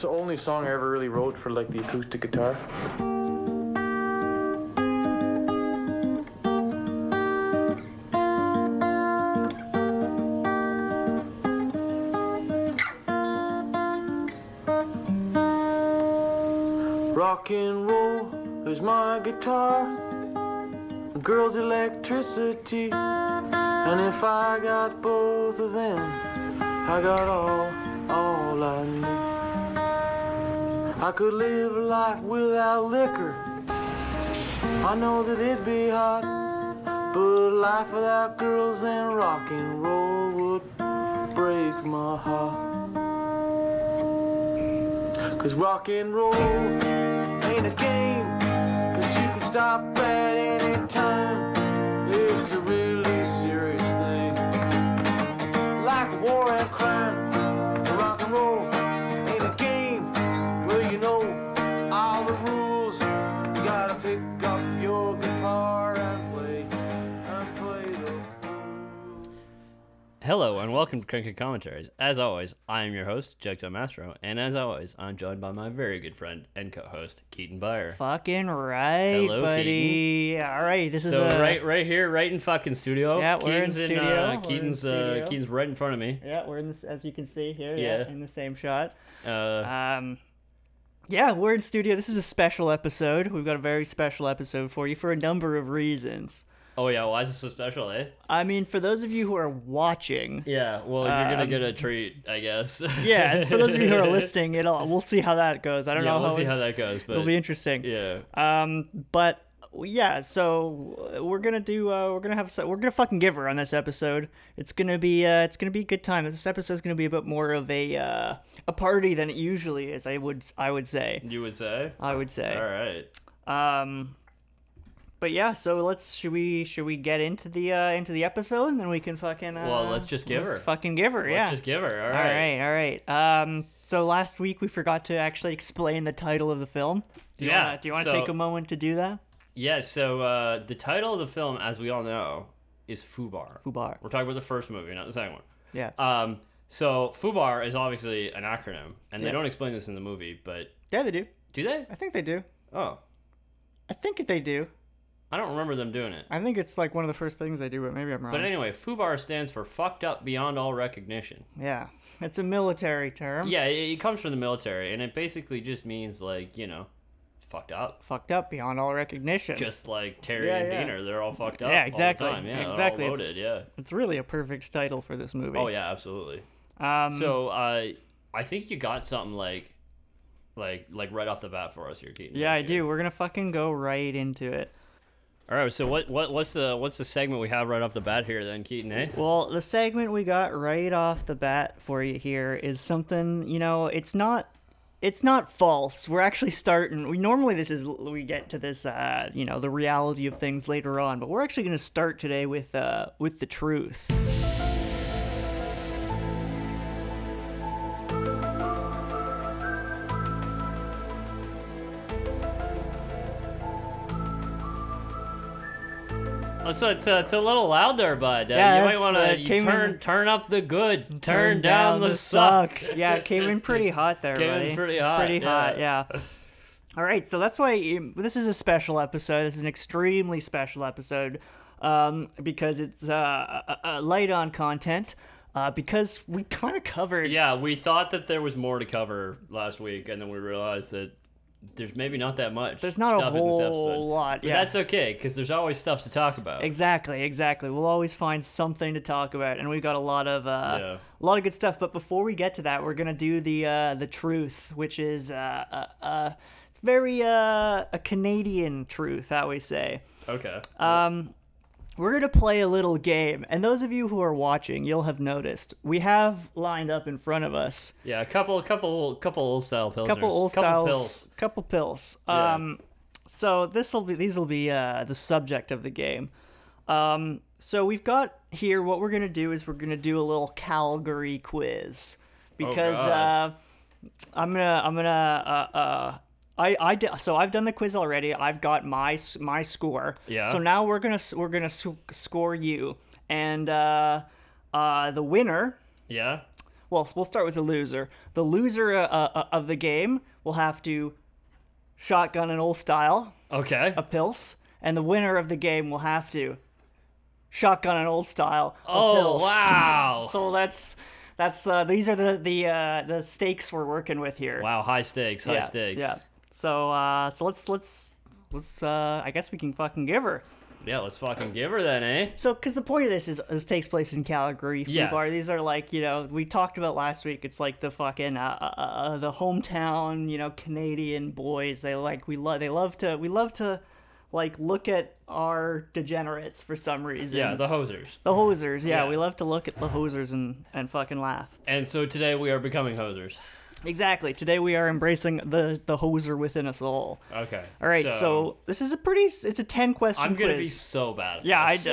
the only song I ever really wrote for like the acoustic guitar. Rock and roll is my guitar, girls' electricity, and if I got both of them, I got all, all I need. I could live life without liquor. I know that it'd be hot, but life without girls and rock and roll would break my heart. Cause rock and roll ain't a game that you can stop at any time. It's a really serious thing. Like war and crime, rock and roll ain't a game where you know all the rules. You gotta pick up your guitar and play and play the. Hello and welcome to Cricket Commentaries. As always, I am your host, Jugto Mastro, and as always, I'm joined by my very good friend and co-host, Keaton Byer. Fucking right, Hello, buddy. All right, this is uh, So a, right, right here, right in fucking studio. Yeah, we're in Keaton's uh, studio, we're in Keaton's, studio. Uh, Keaton's right in front of me. Yeah, we're in this as you can see here. Yeah, Yeah. in the same shot. Uh, Um, yeah, we're in studio. This is a special episode. We've got a very special episode for you for a number of reasons. oh yeah, why is it so special, eh? I mean, for those of you who are watching, Yeah, well, you're gonna Um, get a treat, I guess. yeah, and for those of you who are listening, it'll we'll see how that goes. I don't yeah, know we'll how, see it- how that goes, but it'll be interesting. yeah, Um, but yeah, so uh, we're gonna do. Uh, we're gonna have. so- We're gonna fucking give her on this episode. It's gonna be. Uh, it's gonna be a good time. This episode is gonna be a bit more of a uh, a party than it usually is. I would. I would say. you would say. I would say. All right. Um, but yeah. So let's. Should we? Should we get into the uh, into the episode and then we can fucking. Uh, Well, let's just give let's her. Fucking give her. yeah. Let's just give her. All all right. right. All right. Um. So last week we forgot to actually explain the title of the film. Do you Yeah, Wanna, do you want to so- take a moment to do that? Yeah. So uh, the title of the film, as we all know, is Fubar. Fubar. We're talking about the first movie, not the second one. Yeah. Um, so FUBAR is obviously an acronym, and they Yeah. don't explain this in the movie, but yeah, they do. do they? I think they do. Oh, I think they do. I don't remember them doing it. I think it's like one of the first things they do, but maybe I'm wrong. But anyway, FUBAR stands for fucked up beyond all recognition. yeah. It's a military term. Yeah, it, it comes from the military, and it basically just means like you know, fucked up. Fucked up beyond all recognition. Just like Terry Yeah, and yeah. Diener, they're all fucked up. Yeah, all the exactly. time. Yeah, they're all Exactly, it's- loaded. Yeah. It's really a perfect title for this movie. Oh yeah, absolutely. yeah. Um, So uh, I think you got something like, like, like right off the bat for us here, Keaton. yeah, I don't you? do. We're going to fucking go right into it. All right, so what, what what's the what's the segment we have right off the bat here then, Keaton? Eh? Well, the segment we got right off the bat for you here is something, you know, it's not it's not false. We're actually starting we normally this is we get to this uh, you know, the reality of things later on, but we're actually going to start today with uh with the truth. It's, it's, uh, it's a little loud there, bud. Uh, Yeah, you might it's, want uh, to came turn in- turn up the good, turn, down, the suck. yeah, it came in pretty hot there, Came in buddy. pretty hot, Pretty yeah. hot, yeah. All right, so that's why um, this is a special episode. This is an extremely special episode um, because it's uh, uh, uh, light on content. Uh, because we kind of covered Yeah, we thought that there was more to cover last week, and then we realized that there's maybe not that much. There's not a stuff in this episode. whole lot, But yeah. that's okay because there's always stuff to talk about. Exactly, exactly. We'll always find something to talk about, and we've got a lot of uh, Yeah. a lot of good stuff. But before we get to that, we're gonna do the uh, the truth, which is uh, uh, uh, it's very uh, a Canadian truth, how we say. okay. uh, We're gonna play a little game, and those of you who are watching, you'll have noticed we have lined up in front of us yeah, a couple, couple, couple old style pills. a couple old couple styles, pills. couple pills. Yeah. Um, so this will be these will be uh, the subject of the game. Um, so we've got here what we're gonna do is we're gonna do a little Calgary quiz because Oh, God. uh, I'm gonna I'm gonna uh, uh, I I di- so I've done the quiz already. I've got my s- my score. Yeah. So now we're gonna s- we're gonna s- score you and uh, uh, the winner Yeah. Well, we'll start with the loser. The loser uh, uh, of the game will have to shotgun an old style, Okay. a pils, and the winner of the game will have to shotgun an old style. a Oh pils. wow! So that's that's uh, these are the the uh, the stakes we're working with here. Wow, high stakes, high yeah, stakes. Yeah. So uh, so let's let's let's uh, I guess we can fucking give her. Yeah, let's fucking give her then, eh? So, because the point of this is this takes place in Calgary, food Yeah. bar. These are like you know we talked about last week. It's like the fucking uh, uh, uh, the hometown you know Canadian boys. They like we love they love to we love to like look at our degenerates for some reason. Yeah, the hosers. the hosers. Yeah, Yeah. we love to look at the hosers and and fucking laugh. And so today we are becoming hosers. Exactly. Today we are embracing the the hoser within us all. Okay. All right, so, this is a pretty s- it's a ten question I'm gonna quiz. be so bad. At Yeah, I this. know.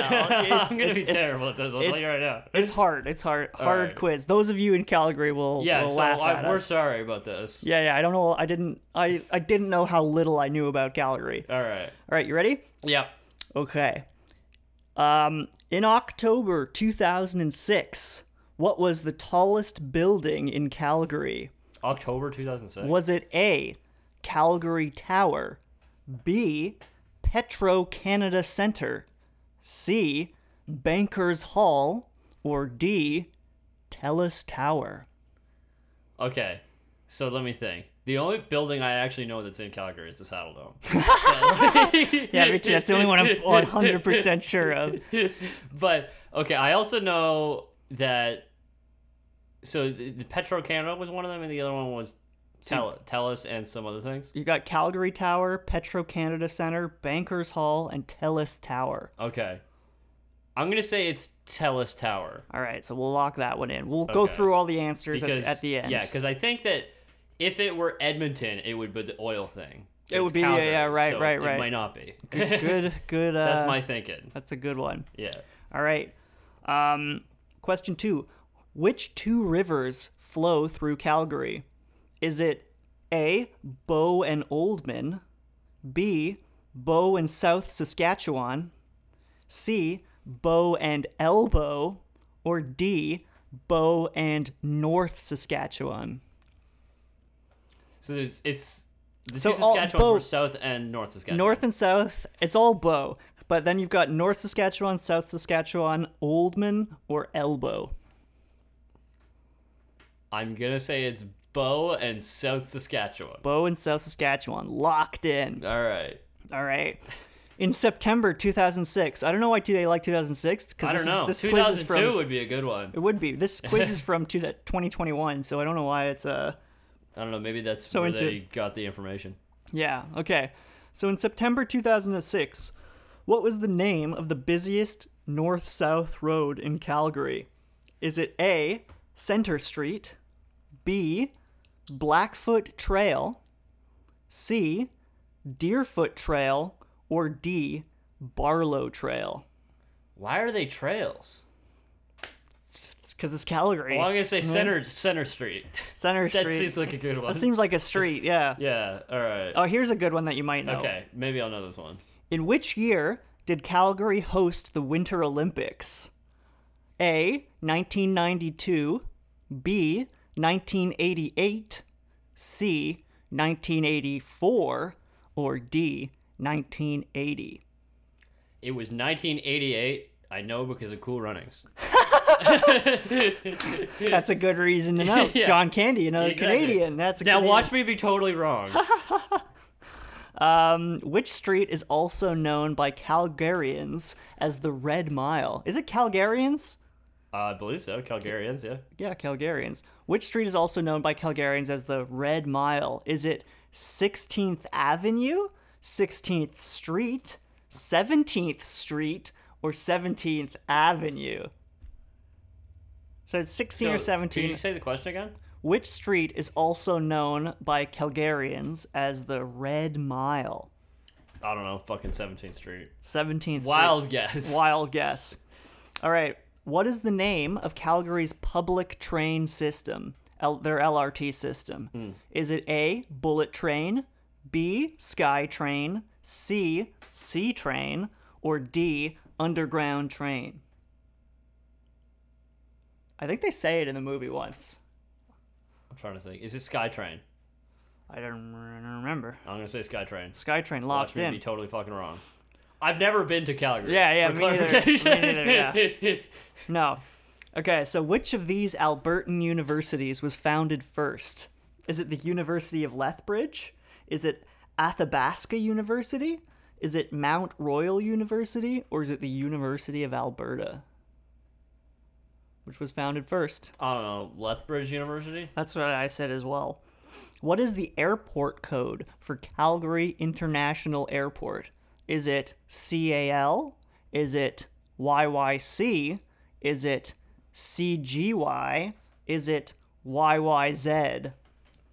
It's- I'm gonna it's- be it's- terrible at this. I'll tell you it's- right now. It's hard. It's hard. Hard right. quiz. Those of you in Calgary will, yeah, will so laugh I, at we're us. sorry about this. Yeah, yeah. I don't know. I didn't. I I didn't know how little I knew about Calgary. All All right. right, you ready? Yeah. Okay. Um, in October 2006, what was the tallest building in Calgary? October 2006. Was it A, Calgary Tower, B, Petro Canada Center, C, Bankers Hall, or D, Tellus Tower? Okay. So let me think. The only building I actually know that's in Calgary is the Saddle Dome. Yeah, me too. That's the only one I'm 100% sure of. but okay, I also know that. So the, the Petro Canada was one of them, and the other one was Hmm. Tel- Telus and some other things. You got Calgary Tower, Petro Canada Center, Bankers Hall, and Tellus Tower. Okay, I'm gonna say it's Telus Tower All right, so we'll lock that one in. We'll go Okay. through all the answers at, because at the end. Yeah, because I think that if it were Edmonton, it would be the oil thing. It It's would be- yeah, Calgary, yeah, right, so it- right, it right. might not be. good, good. Uh, That's my thinking. That's a good one. Yeah. All right. Um, question two Which two rivers flow through Calgary? Is it A, Bow and Oldman, B, Bow and South Saskatchewan, C, Bow and Elbow, or D, Bow and North Saskatchewan? So there's it's. The So two all- Saskatchewans were both- south and north Saskatchewan. North and South, it's all Bow. But then you've got North Saskatchewan, South Saskatchewan, Oldman, or Elbow. I'm gonna say it's Bow and South Saskatchewan. Bow and South Saskatchewan, locked in. All right. All right. In September 2006. I don't know why do they like 2006 because I this, don't know. is- this quiz is 2002 from would be a good one. it would be. This quiz is from two- 2021, so I don't know why it's uh I don't know. Maybe that's where into- they got the information. yeah, okay. So in September 2006, what was the name of the busiest north-south road in Calgary? Is it A, Center Street, B, Blackfoot Trail, C, Deerfoot Trail, or D, Barlow Trail? Why are they trails? because it's Calgary. Well, I'm gonna Hmm? say Center Center Street. Center That Street. seems like a good one. that seems like a street, yeah. yeah. All right. Oh, here's a good one that you might know. Okay. Maybe I'll know this one. In which year did Calgary host the Winter Olympics? A. 1992. B. 1988. C. 1984. Or D. 1980. It was 1988. I know because of Cool Runnings. That's a good reason to know. Yeah. John Candy, another Exactly. Canadian. That's a Now Canadian. Uh, watch me be totally wrong. Which street is also known by Calgarians as the Red Mile? Is it Calgarians? I believe so. Calgarians. Yeah. Yeah, Calgarians. Which street is also known by Calgarians as the Red Mile? Is it 16th Avenue, 16th Street, 17th Street, or 17th Avenue? So it's 16 or So, Can you 17. say the question again? Which street is also known by Calgarians as the Red Mile? I don't know. Fucking 17th Street. 17th Street. Wild guess. Wild guess. All right. What is the name of Calgary's public train system? L- their LRT system. Is it A, bullet train, B, sky train, C, sea train, or D, underground train? I think they say it in the movie once. I'm trying to think. Is it Skytrain? I don't, I don't remember. I'm gonna say Skytrain. Skytrain Watch locked me in. be totally fucking wrong. I've never been to Calgary. Yeah, yeah, for me neither. clarification. Me neither, No. Okay, so which of these Albertan universities was founded first? Is it the University of Lethbridge? Is it Athabasca University? Is it Mount Royal University? Or is it the University of Alberta? Which was founded first? I don't know. Lethbridge University. That's what I said as well. What is the airport code for Calgary International Airport? Is it CAL? Is it YYC? Is it CGY? Is it YYZ?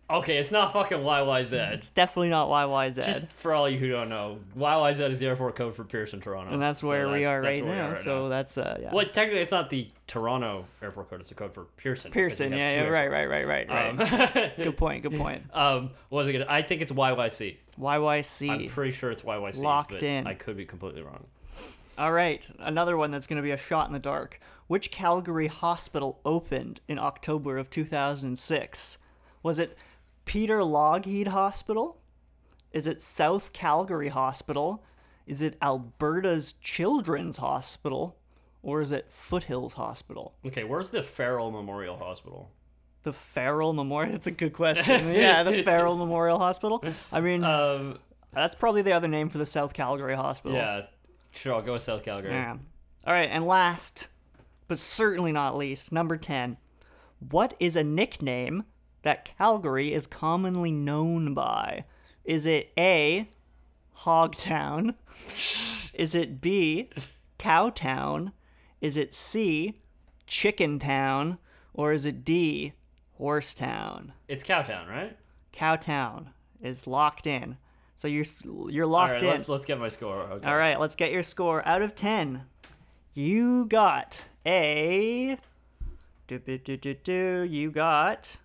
Okay, it's not fucking YYZ. It's definitely not YYZ. Just for all you who don't know, YYZ is the airport code for Pearson, Toronto. and that's where So we are that's right where we now. are so that's uh yeah. Well, technically, it's not the Toronto airport code. It's the code for Pearson. because Pearson, they yeah, have yeah, two right, right, airports. right, right, right. Um, good point, good point. um, what was it gonna? I think it's YYC. YYC. I'm pretty sure it's YYC. Locked but in. I could be completely wrong. All right, another one that's going to be a shot in the dark. Which Calgary hospital opened in October of 2006? Was it Peter Logheed Hospital? Is it South Calgary Hospital? Is it Alberta's Children's Hospital? Or is it Foothills Hospital? Okay, where's the Farrell Memorial Hospital? The Farrell Memorial? That's a good question. yeah, the Farrell Memorial Hospital. I mean, Um, that's probably the other name for the South Calgary Hospital. yeah, sure. I'll go with South Calgary. Yeah. All right, and last, but certainly not least, number 10. What is a nickname that Calgary is commonly known by? Is it A, Hogtown? is it B, Cowtown? Is it C, Chicken Town? Or is it D, Horsetown? It's Cowtown, right? Cowtown is locked in. So you're you're All locked right, in. let's, let's get my score. Okay. All right, let's get your score out of 10. You got a. do, do, do, do, do, You got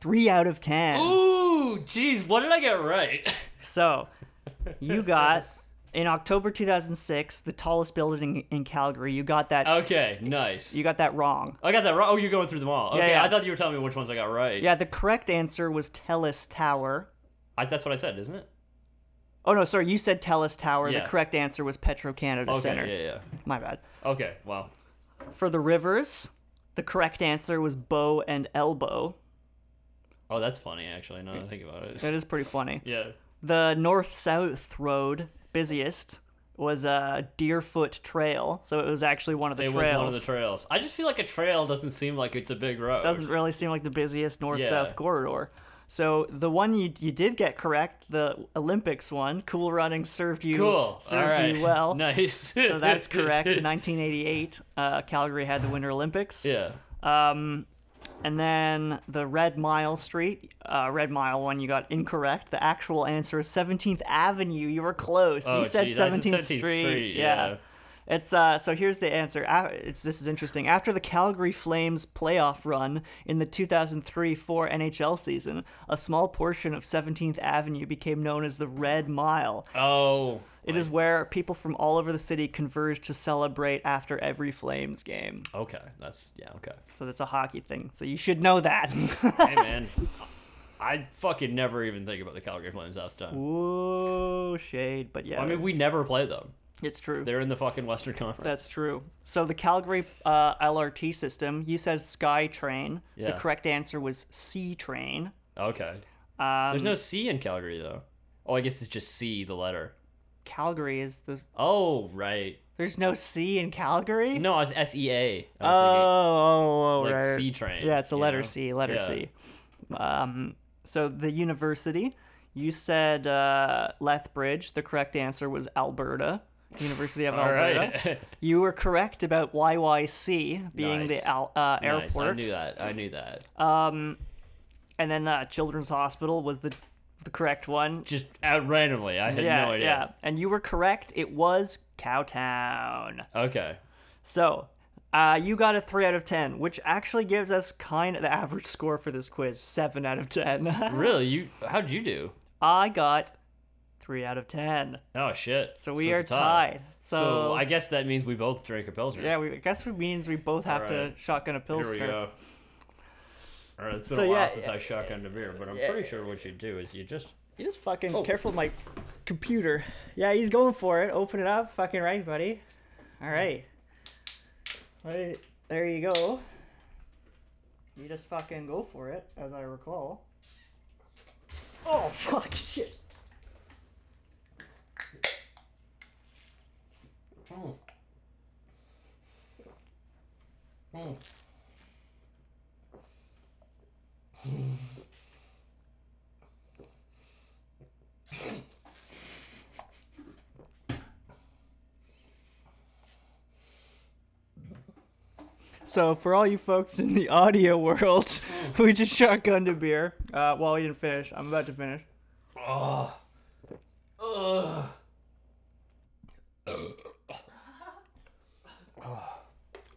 3 out of 10. Ooh, jeez, what did I get right? So, you got, in October 2006, the tallest building in Calgary. You got that. Okay, nice. You got that wrong. I got that wrong. Oh, you're going through them all. Okay, yeah. I thought you were telling me which ones I got right. Yeah, the correct answer was Tellus Tower. I, that's what I said, isn't it? Oh, no, sorry. You said Tellus Tower. Yeah. The correct answer was Petro Canada Okay, Center. yeah, My bad. yeah. Okay, wow. For the rivers, the correct answer was Bow and Elbow. Oh, that's funny, actually, now that I think about it. That is pretty funny. Yeah. the north south road busiest was a uh, Deerfoot Trail, so it was actually one of the It was trails. one of the trails. I just feel like a trail doesn't seem like it's a big road. Doesn't really seem like the busiest north south Yeah. corridor. So the one you you did get correct, the Olympics one, Cool Running served you Cool. served All right. you well. Nice. So that's correct. In 1988, uh, Calgary had the Winter Olympics. yeah. Um, and then the Red Mile Street, uh, Red Mile one, you got incorrect. The actual answer is 17th Avenue. You were close. Oh, you said geez, I said 17th, 17th Street. Street, yeah. It's uh, so here's the answer. A- It's this is interesting. After the Calgary Flames playoff run in the 2003-4 NHL season, a small portion of 17th Avenue became known as the Red Mile. Oh. It is where people from all over the city converge to celebrate after every Flames game. Okay. That's, yeah, okay. So that's a hockey thing. So you should know that. Hey, man. I fucking never even think about the Calgary Flames half the time. Whoa, shade. But yeah, I mean, we never play them. it's true. They're in the fucking Western Conference. That's true. So the Calgary uh, LRT system, you said SkyTrain. The Yeah. correct answer was C train. Okay. Um, There's no C in Calgary though. Oh, I guess it's just C, the letter. Calgary is the. Oh, right. There's no C in Calgary. No, it's S E A. I Oh, was oh, oh, thinking, like right. C train. Yeah, it's a you letter know? C. Letter Yeah. C. Um, so the university, you said uh, Lethbridge. The correct answer was Alberta. University of All Alberta. right. You were correct about YYC being Nice. the al- uh, nice. I airport, Uh, knew that. I knew that. and then uh, Children's Hospital was the the correct one. just out randomly. I had Yeah, no yeah, idea. and you were correct. It was Cowtown. Okay. So, uh, you got a three out of ten, which actually gives us kind of the average score for this quiz, seven out of ten. Really? You? How'd you do? I got three out of ten, Oh shit. so we it's are a tie. tied. So, So, I guess that means we both drink a pilsner. yeah, we I guess we means we both have to Alright. shotgun a Here we pilsner. go. All right, it's been So, a while yeah, since I shotgunned a beer, but I'm pretty sure what you do is you just You just fucking Oh. careful with my computer. Yeah, he's going for it. Open it up. Fucking right, buddy. All right. Wait, there you go. You just fucking go for it, as I recall. Oh, fuck, shit. Mm. Mm. So, for all you folks in the audio world, we just shotgunned a beer. Uh, well, we didn't finish. I'm about to finish. Ugh. Ugh.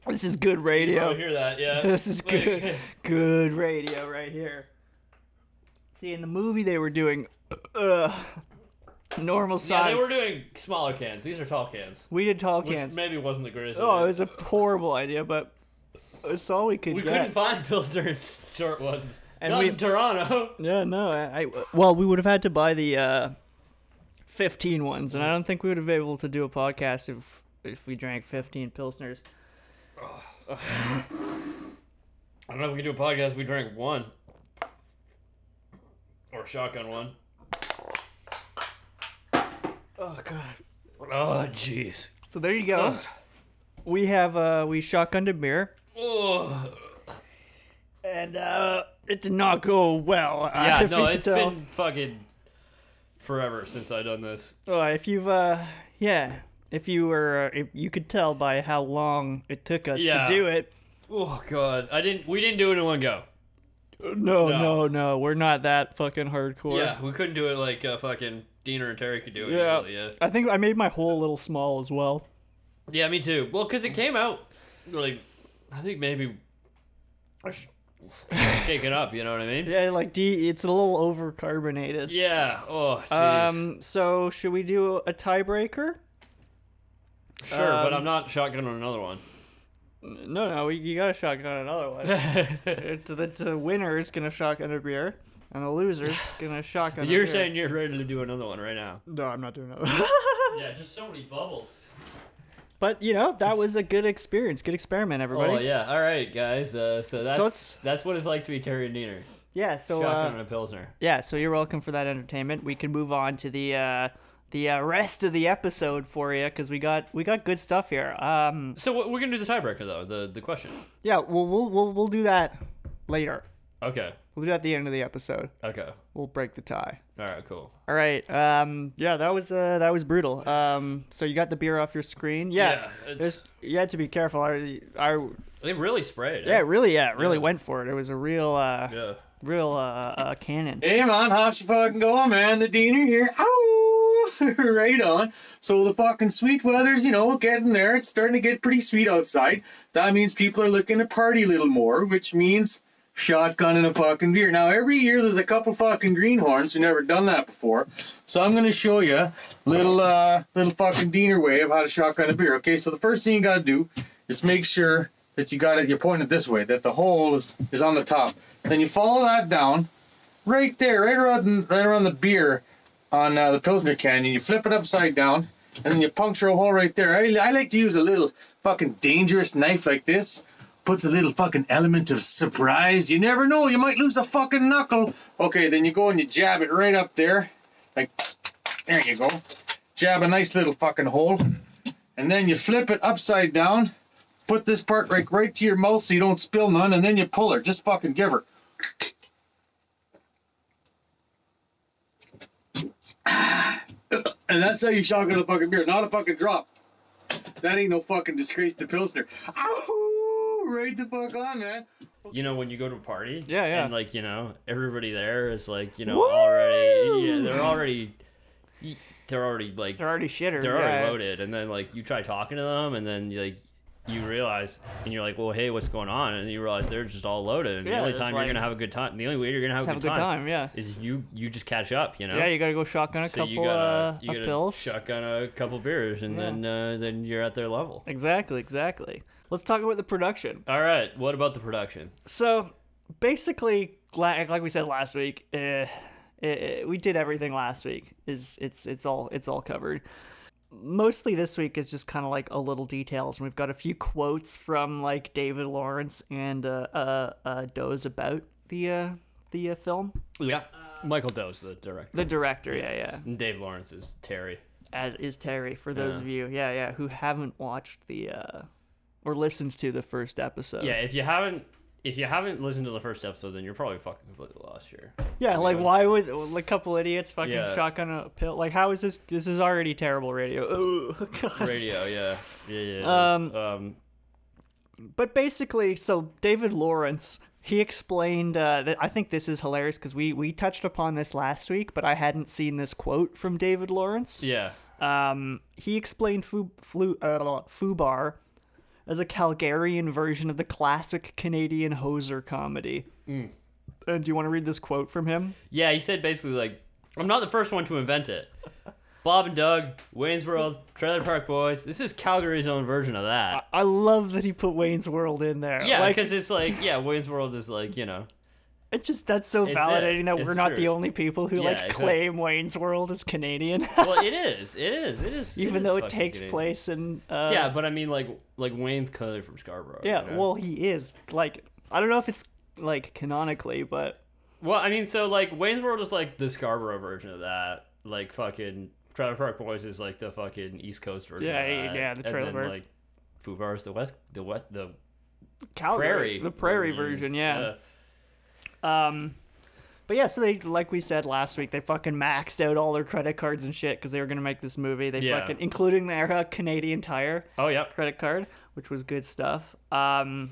This is good Oh, radio. hear that? Yeah. This is Wait. good, good radio right here. See, in the movie they were doing uh, normal Yeah, size. they were doing smaller cans. These are tall cans, we did tall which cans. maybe wasn't the greatest. Oh, idea. it was a horrible idea, but it's all we could we get. couldn't find Pilsner and short ones. And Not we- in Toronto. yeah, no, I, I well, we would have had to buy the uh, 15 ones, and I don't think we would have been able to do a podcast if if we drank 15 pilsners. I don't know if we can do a podcast. We drank one or shotgun one. Oh god. Oh, jeez. So there you go. We have uh, we shotgunned a beer. Ugh. and uh, it did not go well. Yeah, if no, you it's could tell. been fucking forever since I done this. Well, if you've, uh, yeah, if you were, uh, if you could tell by how long it took us Yeah. to do it. Oh god, I didn't. We didn't do it in one go. No, no, No. no, we're not that fucking hardcore. Yeah, we couldn't do it like uh, fucking Diener and Terry could do it. Yeah. usually, yeah. I think I made my whole little small as well. Yeah, me too. Well, because it came out like I think maybe I sh- shaken up. You know what I mean? Yeah, like D, it's a little over carbonated. Yeah. Oh, jeez. Um, so should we do a tiebreaker? sure, but um, I'm not shotgun on another one. No, no, we, you gotta shotgun another one. It- the, the winner is gonna shotgun a beer, and the loser's gonna shotgun. a you're beer. saying you're ready to do another one right now? no? I'm not doing another. Yeah, just so many bubbles. But you know that was a good experience, good experiment, everybody. Oh yeah. All right, guys. Uh, so that's it's- that's what it's like to be Terry and Diener. Yeah, so Shotgun uh, and a pilsner. yeah, so you're welcome for that entertainment. We can move on to the uh, the uh, rest of the episode for you because we got we got good stuff here. Um, So what- we're gonna do the tiebreaker though. The the question. yeah, we'll we'll we'll, we'll do that later. Okay. We'll do that at the end of the episode. Okay. We'll break the tie. All right. Cool. All right. Um, yeah, that was uh, that was brutal. Um, so you got the beer off your screen. Yeah. Yeah, it's- there's- you had to be careful. I, I They really sprayed. yeah, eh? it really yeah, it really Yeah. went for it. It was a real uh, Yeah. real uh, uh, cannon. Hey man, how's you fucking going, man? The Diener here. Ow! right on. So the fucking sweet weather's, you know, getting there. It's starting to get pretty sweet outside. That means people are looking to party a little more, which means shotgun and a fucking beer. Now every year there's a couple fucking greenhorns who never done that before. So I'm gonna show you little uh little fucking Diener way of how to shotgun a beer. Okay, so the first thing you gotta do is make sure that you got it you point it this way, that the hole is, is on the top. Then you follow that down right there, right around, right around the beer on uh, the Pilsner can, and you flip it upside down, and then you puncture a hole right there. I, I like to use a little fucking dangerous knife like this. Puts a little fucking element of surprise. You never know, you might lose a fucking knuckle. Okay, then you go and you jab it right up there. Like, there you go. Jab a nice little fucking hole. And then you flip it upside down. Put this part right, right to your mouth so you don't spill none, and then you pull her. Just fucking give her. And that's how you shotgun a fucking beer, not a fucking drop. That ain't no fucking disgrace to Pilsner. Ow! Right the fuck on, man. you know when you go to a party Yeah, yeah. and like you know everybody there is like you know already yeah Woo! they're already y- they're already like They're already shitter. they're yeah. already loaded and then like you try talking to them and then like you realize and you're like well hey what's going on and you realize they're just all loaded and Yeah, the only it's time like- you're gonna have a good time the only way you're gonna have, Have a good time, yeah. is you you just catch up you know Yeah, you gotta go shotgun a so couple you gotta, uh, you of gotta pills. shotgun a couple beers and then uh, then you're at their level exactly, exactly. Let's talk about the production. all right what about the production So basically, like, like we said last week, eh, eh, we did everything last week. Is it's it's all it's all covered. Mostly this week is just kind of like a little details, and we've got a few quotes from like David Lawrence and uh, uh, uh, Doze about the uh, the uh, film, Yeah. Michael Doe's the director. the director. Yeah, yeah. And Dave Lawrence is Terry. As is Terry for those Yeah. of you, yeah, yeah, who haven't watched the uh, or listened to the first episode. Yeah, if you haven't if you haven't listened to the first episode, then you're probably fucking completely lost here. Yeah, like good. why would well, a couple idiots fucking Yeah. shotgun a pill? Like how is this? This is already terrible radio. Oh god. Radio, yeah, yeah, yeah. it is. Um, um, But basically, so David Lawrence. He explained uh, that I think this is hilarious because we, we touched upon this last week, but I hadn't seen this quote from David Lawrence. yeah. Um, he explained foo, flu, uh, Fubar as a Calgarian version of the classic Canadian hoser comedy. Mm. Uh, do you want to read this quote from him? Yeah, he said basically like, I'm not the first one to invent it. Bob and Doug, Wayne's World, Trailer Park Boys. This is Calgary's own version of that. I love that he put Wayne's World in there. Yeah, Like, because it's like, yeah, Wayne's World is like, you know, It's just that's so It's it. validating that It's we're not the true. only people who Yeah, like exactly. claim Wayne's World as Canadian, well, it is, it is, it is. even is though it fucking takes Canadian. place in. Uh, Yeah, but I mean, like, like Wayne's clearly from Scarborough. yeah. you know? Well, he is like I don't know if it's like canonically, but well, I mean, so like Wayne's World is like the Scarborough version of that. Like fucking Trailer Park Boys is like the fucking East Coast version. Yeah, of that. yeah, the and Trailer then, Park. like Fubar is the west, the west, the uh, Calgary, prairie, Mm-hmm. the prairie version, yeah. Um, but yeah, so they like we said last week, they fucking maxed out all their credit cards and shit because they were gonna make this movie. They Yeah. fucking including their uh, Canadian Tire. Oh yeah, credit card, which was good stuff. Um,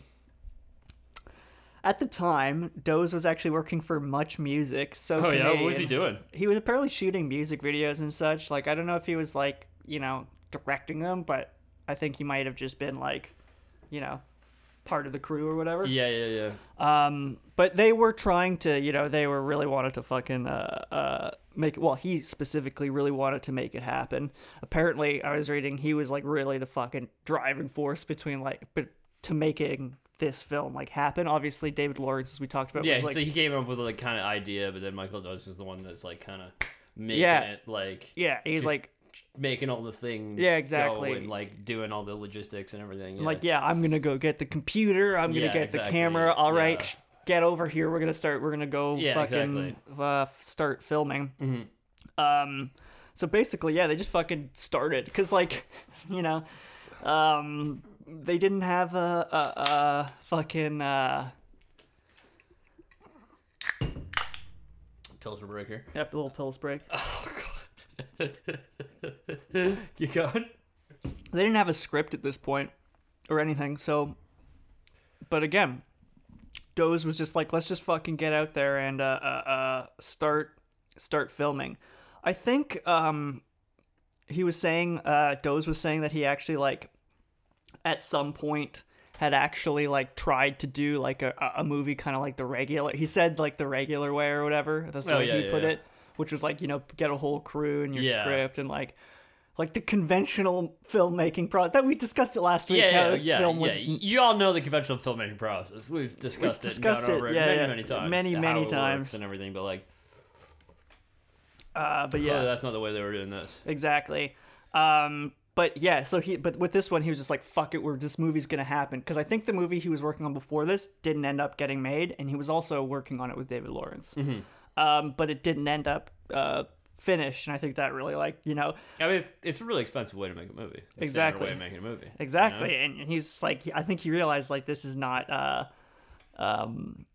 at the time, Doze was actually working for Much Music. So Oh yeah, what was he Canadian. doing? He was apparently shooting music videos and such. Like I don't know if he was like you know directing them, but I think he might have just been like, you know, part of the crew or whatever. Yeah, yeah, yeah. Um, but they were trying to, you know, they were really wanted to fucking uh, uh, make. Well, he specifically really wanted to make it happen. Apparently, I was reading he was like really the fucking driving force between like, but to making this film like happen. Obviously, David Lawrence, as we talked about, Yeah, was like, so he came up with like kind of idea, but then Michael Does is the one that's like kind of making Yeah. it like yeah, he's just like, making all the things. Yeah, go exactly. and like doing all the logistics and everything. Yeah. like yeah, I'm gonna go get the computer. I'm gonna Yeah, get the exactly, camera. All right, yeah. sh- get over here. We're gonna start. We're gonna go Yeah, fucking exactly. Mm-hmm. uh, start filming. Um, so basically, yeah, they just fucking started because, like, you know, um, they didn't have a, a, a fucking uh, Pills were breaker. yep, little pills break. Oh god. you going? They didn't have a script at this point or anything. So, but again, Doze was just like, let's just fucking get out there and uh, uh, uh, start start filming. I think um, he was saying uh, Doze was saying that he actually like at some point had actually like tried to do like a, a- a movie kind of like the regular. He said like the regular way or whatever. That's the Oh, way yeah, he yeah, put yeah. it, which was like you know get a whole crew and your Yeah. script and like like the conventional filmmaking pro that we discussed it last week. Yeah, how yeah, this yeah, film yeah. was You all know the conventional filmmaking process. We've discussed it, and gone discussed it, over it yeah, many, yeah, many times, many, how many it works times. and everything. But like, uh, but yeah, yeah, that's not the way they were doing this. exactly. Um, but yeah, so he but with this one he was just like, "Fuck it, we're this movie's gonna happen." Because I think the movie he was working on before this didn't end up getting made, and he was also working on it with David Lawrence. Mm-hmm. Um, but it didn't end up uh, finished, and I think that really like you know I mean, it's, it's a really expensive way to make a movie. It's a standard Exactly. way of making a movie. you know? Exactly, and, and he's like, I think he realized like this is not, uh, um,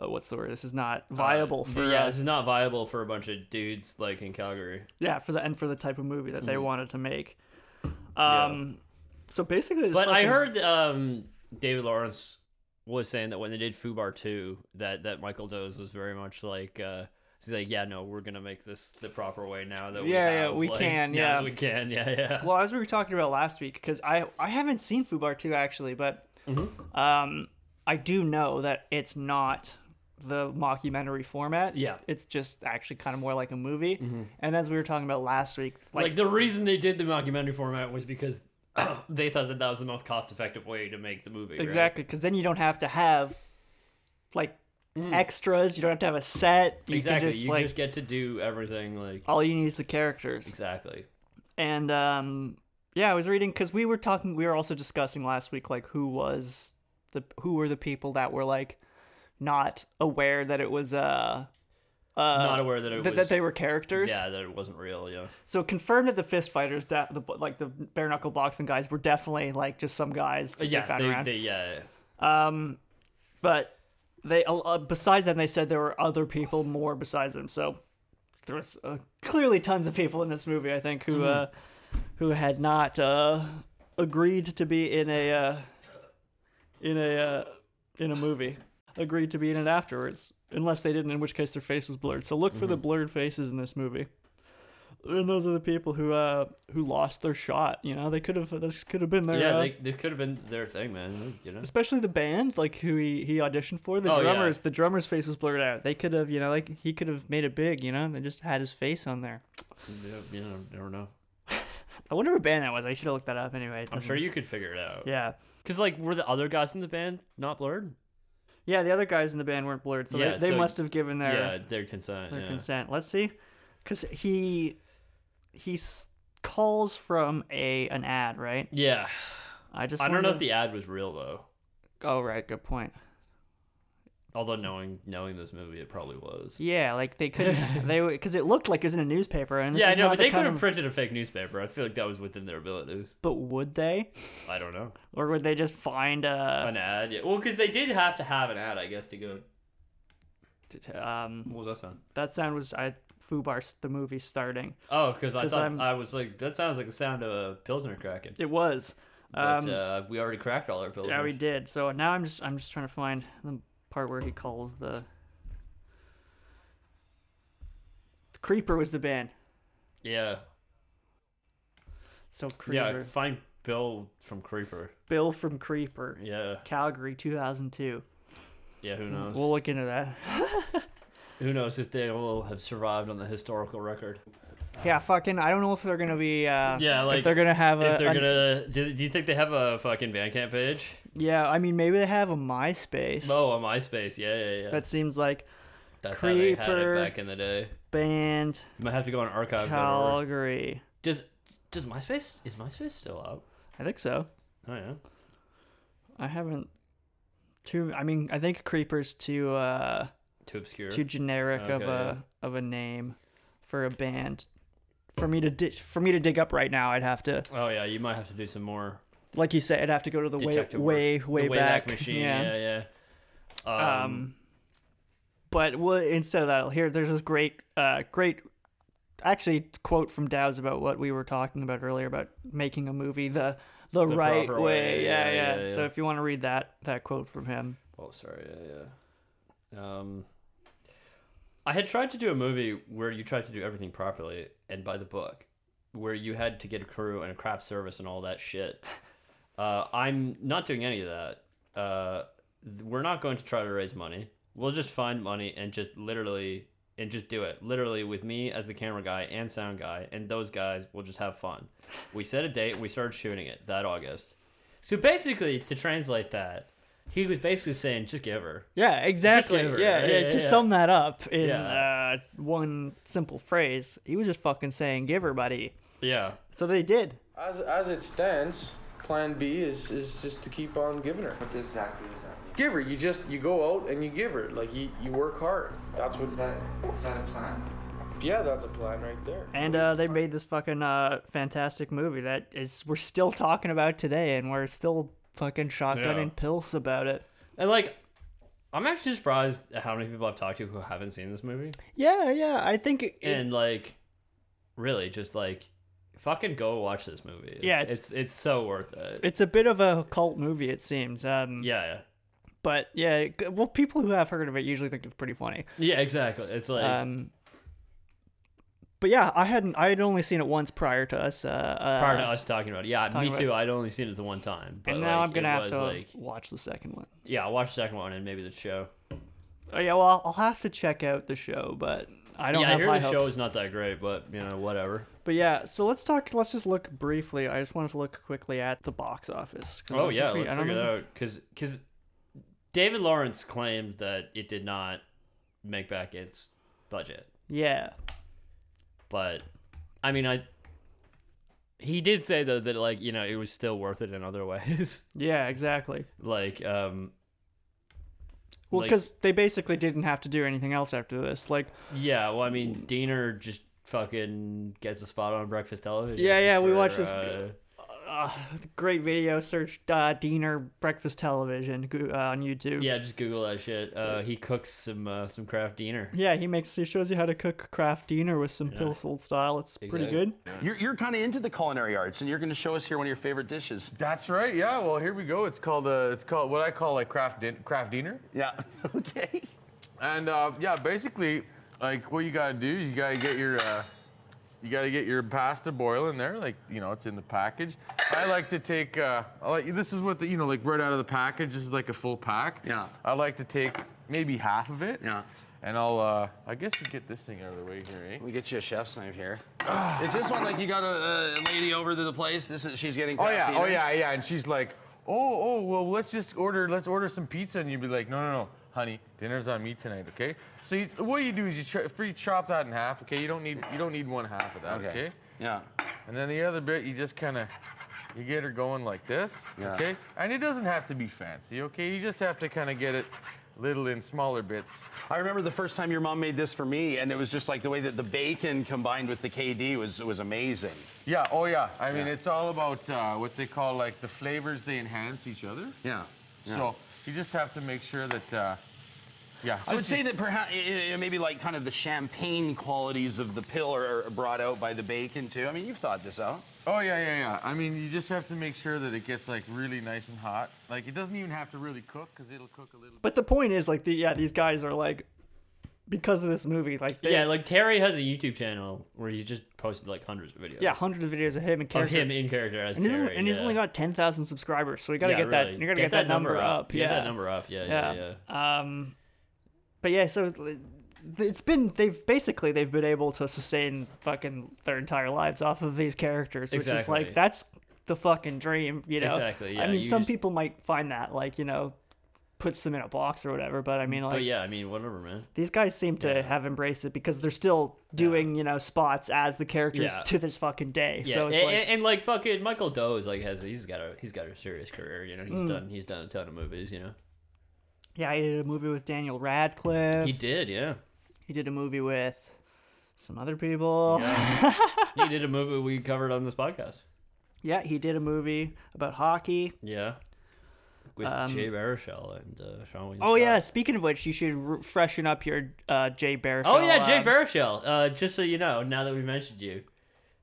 uh, what's the word? This is not viable But for Uh, uh, yeah, yeah, this is not viable for a bunch of dudes like in Calgary. yeah for the and for the type of movie that they Mm-hmm. wanted to make. Um, so basically, just But I fucking- heard um, David Lawrence was saying that when they did Fubar two, that that Michael Doze was very much like. Uh, He's like, yeah, no, we're gonna make this the proper way now that we Yeah, yeah, have, we like, can, now that yeah. we can, yeah, yeah. Well, as we were talking about last week, because I I haven't seen Fubar two actually, but Mm-hmm. um, I do know that it's not the mockumentary format. Yeah. Mm-hmm. it's just actually kind of more like a movie. And as we were talking about last week, like, like the reason they did the documentary format was because they thought that that was the most cost effective way to make the movie. right? Exactly, because then you don't have to have like extras. You don't have to have a set. You Mm. exactly. can just you like Oh. just get to do everything like all you need is the characters. exactly. And um, yeah, I was reading because we were talking. We were also discussing last week like who was the who were the people that were like not aware that it was uh, uh Not aware that it that, was- that they were characters. Yeah, that it wasn't real. Yeah. So it confirmed that the fist fighters, da- the like the bare knuckle boxing guys, were definitely like just some guys. that they Yeah. found around. They, they, yeah. but they uh, besides them they said there were other people more besides them so there was uh, clearly tons of people in this movie i think Mm-hmm. who uh, who had not uh, agreed to be in a uh, in a uh, in a movie agreed to be in it afterwards unless they didn't in which case their face was blurred so look for Mm-hmm. the blurred faces in this movie and those are the people who uh who lost their shot you know they could have this could have been their Yeah. uh, They, they could have been their thing, man. You know. especially the band like who he, he auditioned for the Oh, yeah. drummers the drummer's face was blurred out they could have you know like he could have made it big you know and they just had his face on there Yeah, you know, never know. i wonder what band that was i should have looked that up anyway I'm sure you could figure it out. Mm-hmm. yeah Because like, were the other guys in the band not blurred? yeah the other guys in the band weren't blurred so Yeah, they, they so- must have given their yeah, their consent. their yeah. consent let's see because he he s- calls from a an ad right Yeah. i just I don't know if wonder- the ad was real though. oh right good point Although knowing knowing this movie, it probably was. yeah like they couldn't they because it looked like it was in a newspaper and this Yeah, I is know, not but the they could kind have of- printed a fake newspaper. I feel like that was within their abilities. but would they I don't know. or would they just find a An ad? Yeah. Well, because they did have to have an ad, I guess, to go. um What was that sound? that sound was I Fubar s- the movie starting. Oh, because I 'Cause thought I'm- i was like, that sounds like the sound of a Pilsner cracking. It was. But Um, uh, we already cracked all our Pilsners. yeah, we did. So now I'm just I'm just trying to find the part where he calls the Creeper was the band. Yeah. So Creeper. Yeah, find Bill from Creeper. Bill from Creeper. Yeah. Calgary 2002. Yeah, who knows? We'll look into that. who knows if they will have survived on the historical record. Yeah, fucking. I don't know if they're gonna be. Uh, Yeah, if like, they're gonna have a. if they're an- gonna, do, do you think they have a fucking Bandcamp page? Yeah, I mean maybe they have a MySpace. Oh, a MySpace. Yeah, yeah, yeah. That seems like That's how they had Creeper. it back in the day. band You might have to go on archive. Calgary. Does does MySpace is MySpace still out? I think so. Oh yeah. I haven't too I mean I think creeper's too uh Too obscure. too generic of Okay, a of a name for a band. For me to di- for me to dig up right now I'd have to Oh yeah, you might have to do some more like you said I'd have to go to the way detective way work. The way, Wayback back machine. Yeah, yeah. Um, Um but well, instead of that here there's this great uh great actually quote from Dow's about what we were talking about earlier about making a movie the the, right way. proper way, Yeah yeah, yeah, yeah, So yeah. if you want to read that that quote from him Oh, sorry. Yeah, yeah. Um, I had tried to do a movie where you tried to do everything properly and by the book, where you had to get a crew and a craft service and all that shit. Uh, I'm not doing any of that. Uh, th- we're not going to try to raise money. We'll just find money and just literally and just do it. Literally with me as the camera guy and sound guy and those guys will just have fun. We set a date. We started shooting it that August. So basically, to translate that, he was basically saying, just give her. Yeah, exactly. give her- yeah, yeah, yeah, yeah, To yeah. sum that up in Yeah. uh, one simple phrase, he was just fucking saying, "Give her, buddy." Yeah. So they did. As, as it stands, plan B is, is just to keep on giving her. What exactly does that mean? Give her. You just you go out and you give her. Like you, you work hard. That's what. Is that, is that a plan? Yeah, that's a plan right there. And uh, they made this fucking uh, fantastic movie that is we're still talking about today, and we're still fucking shotgunning Yeah. pills about it. And like, I'm actually surprised at how many people I've talked to who haven't seen this movie. Yeah, yeah. I think. It, and like, really, just like, fucking go watch this movie. It's, Yeah, It's, it's- it's so worth it. it's a bit of a cult movie, it seems. Um, yeah. yeah. But yeah, g- well, people who have heard of it usually think it's pretty funny. Yeah, exactly. It's like, Um, but yeah, I hadn't. I had only seen it once prior to us. Uh, uh, prior to us talking about it. Yeah, me talking about- too. I'd only seen it the one time. But and now like, I'm gonna it have was, to Like, watch the second one. yeah, watch the second one and maybe the show. Oh yeah, well I'll, I'll have to check out the show, but I don't yeah, I have hear high the hopes. show is not that great, but you know, whatever. But yeah, so let's talk. Let's just look briefly. I just wanted to look quickly at the box office. 'cause I Oh don't yeah, think we- let's I don't figure that remember- out. Cause, cause David Lawrence claimed that it did not make back its budget, Yeah. but I mean, I he did say though that like you know it was still worth it in other ways, Yeah, exactly. like um Well, Like- because they basically didn't have to do anything else after this. Like, yeah, well I mean Diener just fucking gets a spot on breakfast television. Yeah, yeah, we watched this- uh, uh, great video search uh, Diener Breakfast Television go- uh, on YouTube. yeah, just Google that shit. Uh, he cooks some uh, some craft Diener. Yeah, he makes he shows you how to cook craft Diener with some Pilsel style. It's pretty Exactly. good. You're, you're kind of into the culinary arts, and you're going to show us here one of your favorite dishes. That's right. Yeah. Well, here we go. It's called uh, it's called what I call like craft din- craft dinner. Yeah. Okay. And uh, yeah, basically, like what you gotta do, you gotta get your, uh, you gotta get your pasta boiling there. Like you know, it's in the package. I like to take, uh, I like this is what the you know like right out of the package. This is like a full pack. Yeah. I like to take maybe half of it. Yeah. And I'll, uh, I guess we get this thing out of the way here, eh? We get you a chef's knife here. is this one like you got a, a lady over to the place? This is she's getting. Oh craft yeah, oh dinner? yeah, yeah. And she's like, oh, oh, well, let's just order, let's order some pizza. And you'd be like, no, no, no, honey, dinner's on me tonight, okay? So you, what you do is you ch- free chop that in half, okay? You don't need, you don't need one half of that, okay? Yeah. And then the other bit, you just kind of, you get her going like this, Yeah. okay? And it doesn't have to be fancy, okay? You just have to kind of get it little in smaller bits. I remember the first time your mom made this for me, and it was just like the way that the bacon combined with the KD was was amazing. Yeah, oh yeah. I mean, Yeah. it's all about uh, what they call like the flavors. They enhance each other. Yeah. yeah. So you just have to make sure that. Uh, yeah. I would just- say that perhaps maybe like kind of the champagne qualities of the pill are are brought out by the bacon too. I mean, you've thought this out. Oh yeah, yeah, yeah. I mean, you just have to make sure that it gets like really nice and hot. Like it doesn't even have to really cook because it'll cook a little. But the point is, like, the yeah, these guys are like, because of this movie, like, they, Yeah, yeah, like Terry has a YouTube channel where he's just posted like hundreds of videos. yeah, hundreds of videos of him and of character. him in character as and he's, Terry. and he's yeah. only got ten thousand subscribers, so you gotta Yeah, get that. really. You gotta get, that, number up. Get yeah, that number up. Yeah, yeah, yeah. yeah. Um, but yeah, so it- it's been they've basically they've been able to sustain fucking their entire lives off of these characters, which is Exactly. like that's the fucking dream, you know. Exactly, yeah, I mean, you some just- people might find that like you know puts them in a box or whatever, but I mean like But yeah, I mean, whatever, man. these guys seem to have embraced it because they're still doing you know spots as the characters Yeah. to this fucking day. Yeah, so it's and, like and, and, like fucking Michael Doe is like has he's got a he's got a serious career. You know, he's Hmm. done he's done a ton of movies. You know, yeah, he did a movie with Daniel Radcliffe. he did. Yeah, he did a movie with some other people. he did a movie we covered on this podcast. Yeah, he did a movie about hockey. Yeah, with Jay Baruchel and uh, Sean. William Um, Oh Scott. yeah, speaking of which, you should r freshen up your uh, Jay Baruchel. Oh yeah, Jay um, Baruchel. Uh, just so you know, now that we mentioned you,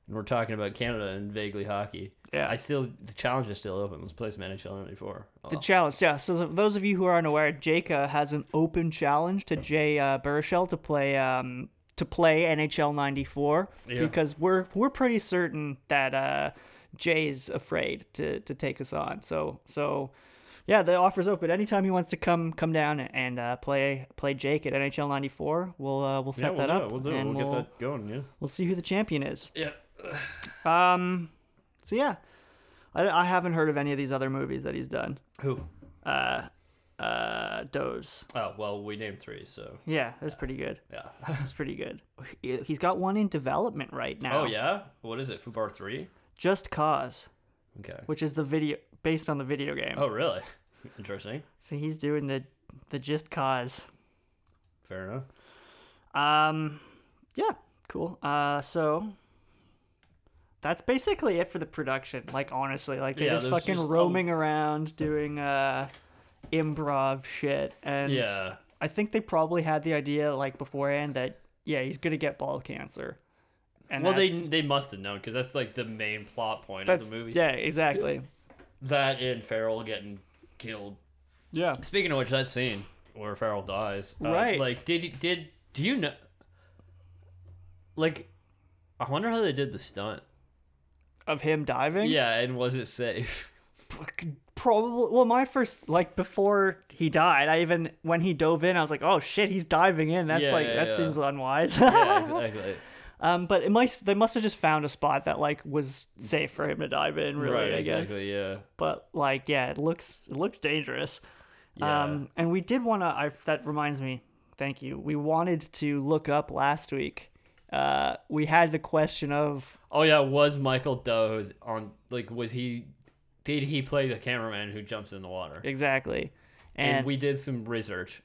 and we're talking about Canada and vaguely hockey. Yeah. I still the challenge is still open. Let's play some NHL ninety four. The challenge, yeah. So th- those of you who are unaware, Jake uh, has an open challenge to Jay uh, Baruchel to play um, to play NHL '94 because we're we're pretty certain that uh, Jay's afraid to to take us on. So so yeah, the offer's open. Anytime he wants to come come down and uh, play play Jake at NHL '94, we'll uh, we'll set we'll that do up It. We'll do it. and We'll, we'll, get that going. Yeah. we'll see who the champion is. Yeah. Um, so yeah, I, I haven't heard of any of these other movies that he's done. Who? Uh, Doze. Oh well, we named three, so Yeah, that's pretty good. yeah. That's pretty good. He- He's got one in development right now. Oh yeah. What is it? Fubar three. Just Cause, Okay. which is the video based on the video game. Oh really? Interesting. So he's doing the the Just Cause. Fair enough. Um, yeah, cool. Uh, so. That's basically it for the production. Like honestly, like they're Yeah, just there's fucking just oh. a- roaming around doing uh improv shit and Yeah. I think they probably had the idea like beforehand that yeah, he's gonna get ball cancer. And Well, they that's- they must have known because that's like the main plot point that's of the movie. yeah, exactly. That and Farrell getting killed. Yeah, Speaking of which, that scene where Farrell dies. uh, Right. Like, did you- did do you know? Like, I wonder how they did the stunt. of him diving. Yeah, and was it safe? probably. Well, my first like before he died, I even when he dove in, I was like, oh shit, he's diving in. That's Yeah, like yeah, that yeah. seems unwise. yeah, exactly. um, but it might they must have just found a spot that like was safe for him to dive in. Really, right. I guess. exactly. Yeah. But like, yeah, it looks it looks dangerous. Yeah. Um, and we did want to. I that reminds me. Thank you. We wanted to look up last week. Uh, we had the question of oh yeah, was Michael Doe's on? Like, was he? Did he play the cameraman who jumps in the water? exactly, and, And we did some research.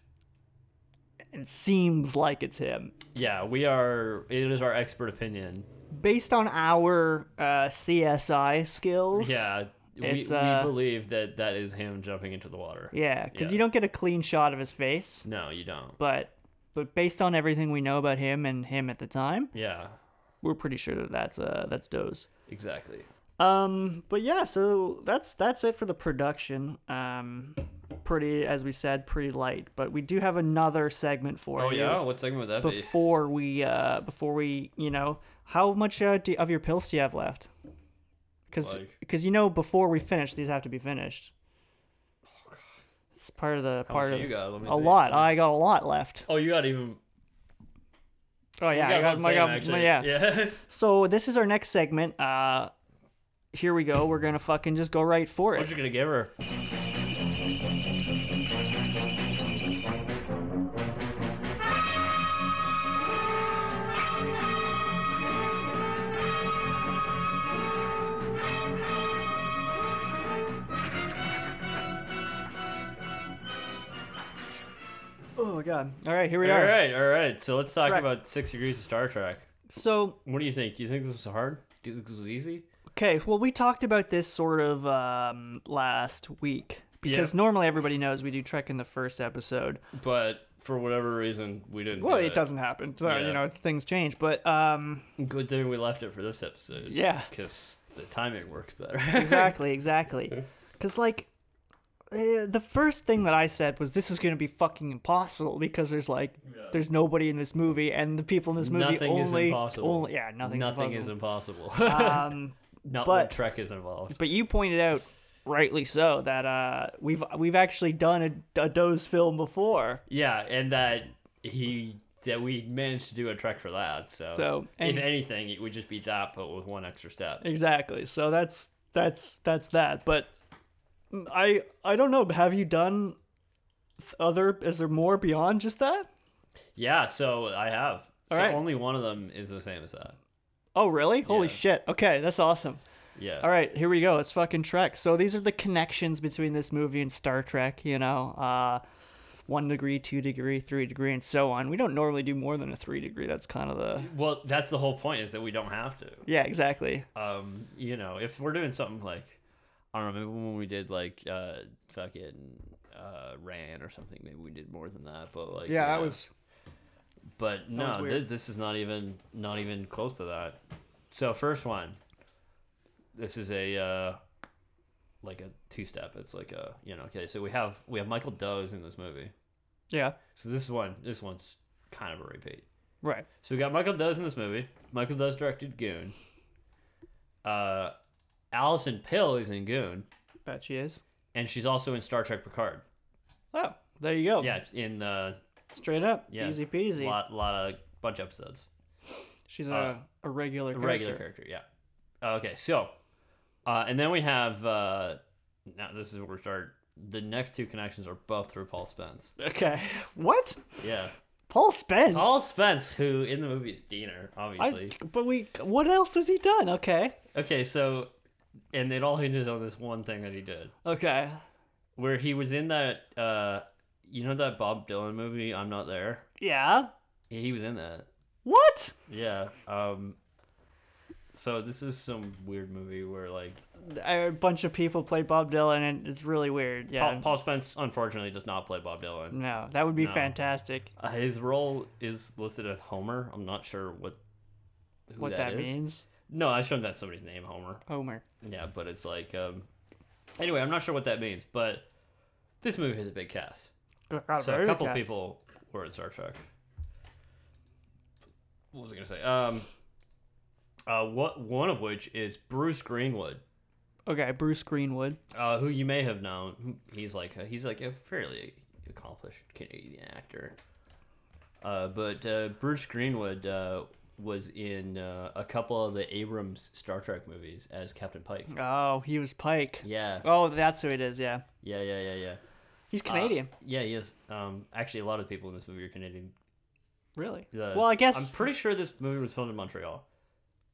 it seems like it's him Yeah, we are. It is our expert opinion. based on our uh, CSI skills. Yeah, we, It's, uh, we believe that that is him jumping into the water. yeah, because Yeah. you don't get a clean shot of his face, No, you don't. but but based on everything we know about him and him at the time, Yeah, we're pretty sure that that's uh that's Doe's. exactly. Um, but yeah, so that's that's it for the production. Um, pretty as we said, pretty light. But we do have another segment for Oh you yeah, what segment would that be? before we uh before we you know how much uh, do, of your pills do you have left? Because Like- you know before we finish, these have to be finished. It's part of the Oh, How part much of you got? Let me a see. lot. I got a lot left. Oh, you got even. Oh yeah, You I got got, one I got- segment, actually. yeah. Yeah. So this is our next segment. Uh, here we go. We're gonna fucking just go right for it. what you gonna give her? Oh my god. All right, here we All are. right, all right. So let's talk right. about Six Degrees of Star Trek. So, What do you think? Do you think this was hard? Do you think this was easy? okay, well we talked about this sort of um last week because Yeah. normally everybody knows we do Trek in the first episode. But for whatever reason, we didn't. Well, do it doesn't happen. So, Yeah. you know, things change, but um Good thing we left it for this episode. Yeah. Because the timing works better. exactly, exactly. Cuz like eh, the first thing that I said was this is going to be fucking impossible because there's like there's nobody in this movie and the people in this movie Nothing is only impossible. only yeah, nothing's Nothing impossible. is impossible. um Not when but- Trek is involved. but you pointed out rightly so that uh we've we've actually done a, a Doe's film before Yeah, and that he that we managed to do a trek for that. So, So, and- if anything, it would just be that, but with one extra step. exactly so that's that's that's that but i i don't know have you done th- other is there more beyond just that Yeah. So I have. All so right. only one of them is the same as that. oh really holy Yeah. shit okay that's awesome Yeah. all right here we go it's fucking trek so these are the connections between this movie and star trek you know uh one degree two degree three degree and so on we don't normally do more than a three degree that's kind of the Well, that's the whole point is that we don't have to. yeah exactly um, you know, if we're doing something like, I don't know, maybe when we did like uh, fucking uh, Ran or something, maybe we did more than that. But like, yeah you that know, was But no, was thi- weird. this is not even not even close to that. So first one, this is a uh, like a two step. It's like a you know, okay. So we have we have Michael Doe's in this movie. yeah So this one, this one's kind of a repeat. Right. So we got Michael Does in this movie. Michael Does directed Goon. Uh, Allison Pill is in Goon, Bet she is. and she's also in Star Trek Picard. Oh, there you go. Yeah, in the Straight up. yeah, Easy peasy. Lot, lot of bunch episodes. She's uh, a, a regular A character. regular character, yeah. Oh, Okay, so, uh, and then we have uh, now this is where we start. The next two connections are both through Paul Spence. Okay. What? Yeah, Paul Spence. Paul Spence, who in the movie is Diener, obviously. I, but we. What else has he done? Okay. Okay, so, and it all hinges on this one thing that he did. Okay. where he was in that uh you know that Bob Dylan movie I'm not there Yeah. yeah, he was in that What? yeah um so this is some weird movie where like A bunch of people play Bob Dylan, and it's really weird. Yeah. Paul, Paul Spence unfortunately does not play Bob Dylan No, that would be No. fantastic. uh, his role is listed as Homer I'm not sure what who What that, is. means. no I assume that's somebody's name Homer Homer. yeah but it's like um anyway I'm not sure what that means but this movie has a big cast Got So very a couple cast. people were in Star Trek. What was I gonna say? Um, uh, what one of which is Bruce Greenwood, Okay, Bruce Greenwood. uh, who you may have known. He's like a, he's like a fairly accomplished Canadian actor. Uh, but uh, Bruce Greenwood uh, was in uh, a couple of the Abrams Star Trek movies as Captain Pike. Oh, he was Pike. Yeah, Oh, that's who it is. Yeah. yeah, yeah, yeah, yeah. He's Uh, Canadian, yeah, he is. Um, actually, a lot of the people in this movie are Canadian. really. The- well, I guess, I'm pretty sure this movie was filmed in Montreal.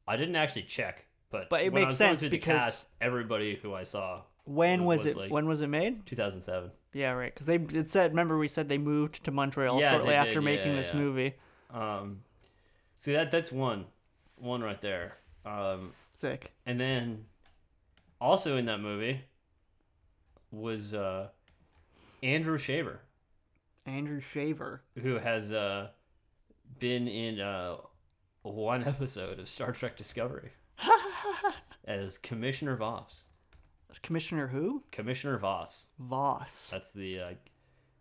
I didn't actually check, but But it when I makes was going sense through the because- cast, everybody who I saw, when was, was it? like- when was it made? 2007. Yeah, right. Because they it said. Remember, we said they moved to Montreal Yeah, they shortly did, after yeah, making this yeah. movie. Um, see that that's one, one right there. Um, Sick. and then also in that movie was uh, Andrew Shaver, Andrew Shaver. who has uh, been in uh, one episode of Star Trek Discovery as Commissioner Voss. That's Commissioner who? Commissioner Voss. Voss. That's the. Uh,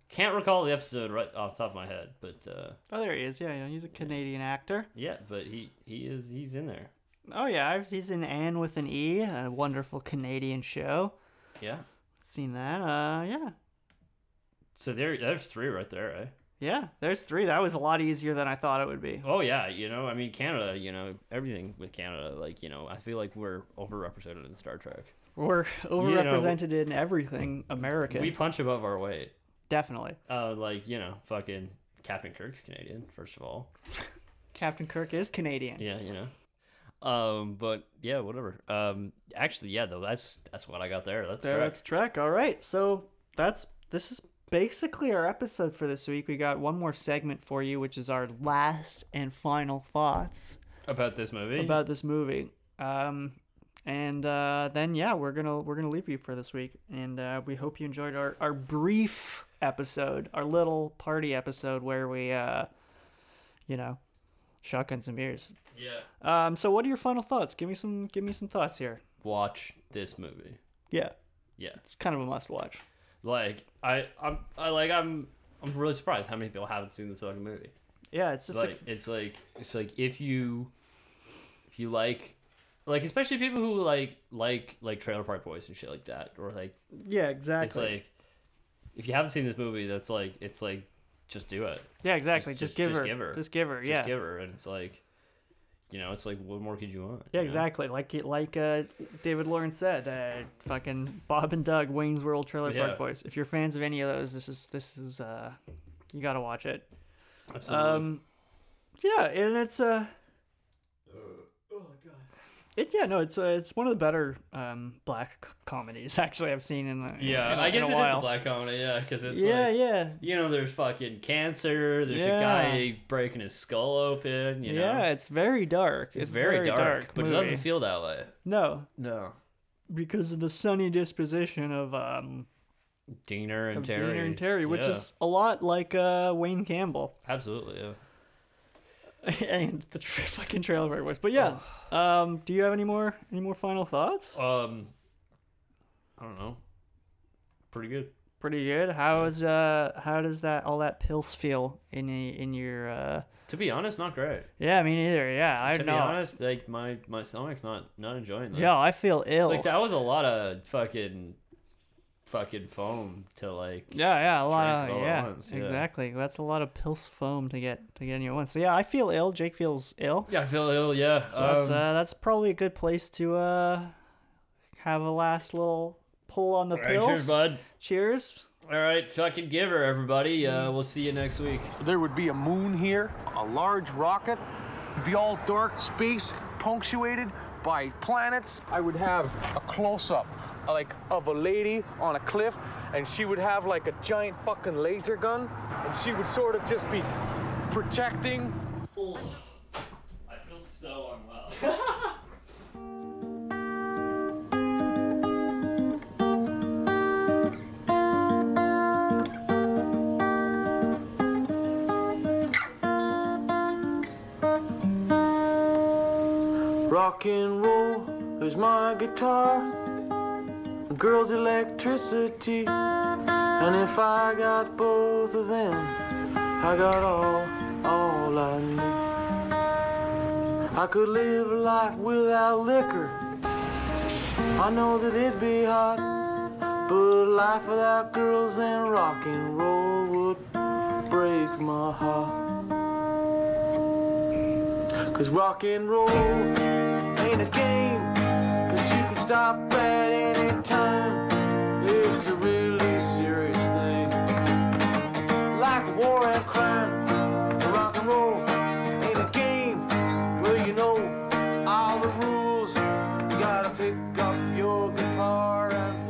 can't recall the episode right off the top of my head, but uh, Oh, there he is. Yeah, yeah. He's a Canadian actor. yeah, but he he is he's in there. Oh yeah, I've, he's in Anne with an E, a wonderful Canadian show. Yeah. Seen that? Uh, yeah, So there, there's three right there, eh? yeah. There's three. That was a lot easier than I thought it would be. Oh yeah, you know, I mean Canada, you know, everything with Canada, like, you know, I feel like we're overrepresented in Star Trek. We're overrepresented in everything American. We punch above our weight. Definitely. Uh like, you know, fucking Captain Kirk's Canadian, first of all. Captain Kirk is Canadian. Yeah, you know. Um, but yeah, whatever. Um actually yeah though, that's that's what I got there. That's So that's correct. Trek. All right. So that's this is basically our episode for this week. We got one more segment for you, which is our last and final thoughts about this movie. about this movie. Um, and uh, then yeah, we're gonna we're gonna leave you for this week, and uh, we hope you enjoyed our our brief episode, our little party episode where we uh, you know, shotgun some beers. yeah. Um, so what are your final thoughts? Give me some give me some thoughts here. Watch this movie. Yeah, Yeah. it's kind of a must watch. Like I I'm I like I'm I'm really surprised how many people haven't seen this fucking movie. Yeah, it's just like it's like it's like if you if you like like especially people who like like like Trailer Park Boys and shit like that or like a, yeah, exactly. it's like if you haven't seen this movie that's like it's like just do it Yeah, exactly. just- Just, give, just her. give her. Just give her. just yeah. give her and it's like you know it's like what more could you want you yeah, know? exactly. Like like uh, David Lawrence said, uh, fucking Bob and Doug, Wayne's World, Trailer Yeah. Park Boys. If you're fans of any of those, this is this is uh, you gotta watch it. Absolutely. Um, yeah, and it's uh, it yeah no, it's uh, it's one of the better um black c- comedies actually I've seen in the yeah in, a- I guess in it a is while. a black comedy yeah because it's yeah, like yeah, you know there's fucking cancer there's a guy breaking his skull open you know yeah. It's very dark. it's, very, dark, but it doesn't movie. feel that way no. no because of the sunny disposition of um Diener and of Terry. Diener and Terry, which Yeah, is a lot like uh, Wayne Campbell absolutely. Yeah. and the tra- fucking Trailer Park Boys. But yeah, um, do you have any more any more final thoughts? Um, I don't know. Pretty good. Pretty good. How is uh how does that all that pills feel in y- in your uh To be honest, not great. yeah me neither yeah I to be know honest, like my my stomach's not not enjoying this. yeah I feel ill like that was a lot of fucking fucking foam to like. Yeah, yeah, a lot. drank Of, all at yeah, once, yeah. exactly. That's a lot of pills foam to get to get in your one. So yeah, I feel ill. Jake feels ill. Yeah, I feel ill. Yeah. Um, So that's uh, that's probably a good place to uh, have a last little pull on the all right, pills. cheers, bud. Cheers. All right, fucking give her, everybody. Uh, we'll see you next week. There would be a moon here, a large rocket, be all dark space, punctuated by planets. I would have a close up, like of a lady on a cliff, and she would have like a giant fucking laser gun, and she would sort of just be protecting I feel so unwell. Rock and roll, here's my guitar. Girls, electricity. And if I got both of them, I got all, all I need. I could live life without liquor. I know that it'd be hard, but life without girls and rock and roll would break my heart. Cause rock and roll ain't a game that you can stop at any time. It's a really serious thing. war and crime. Rock and roll ain't a game where you know all the rules. You gotta pick up your guitar and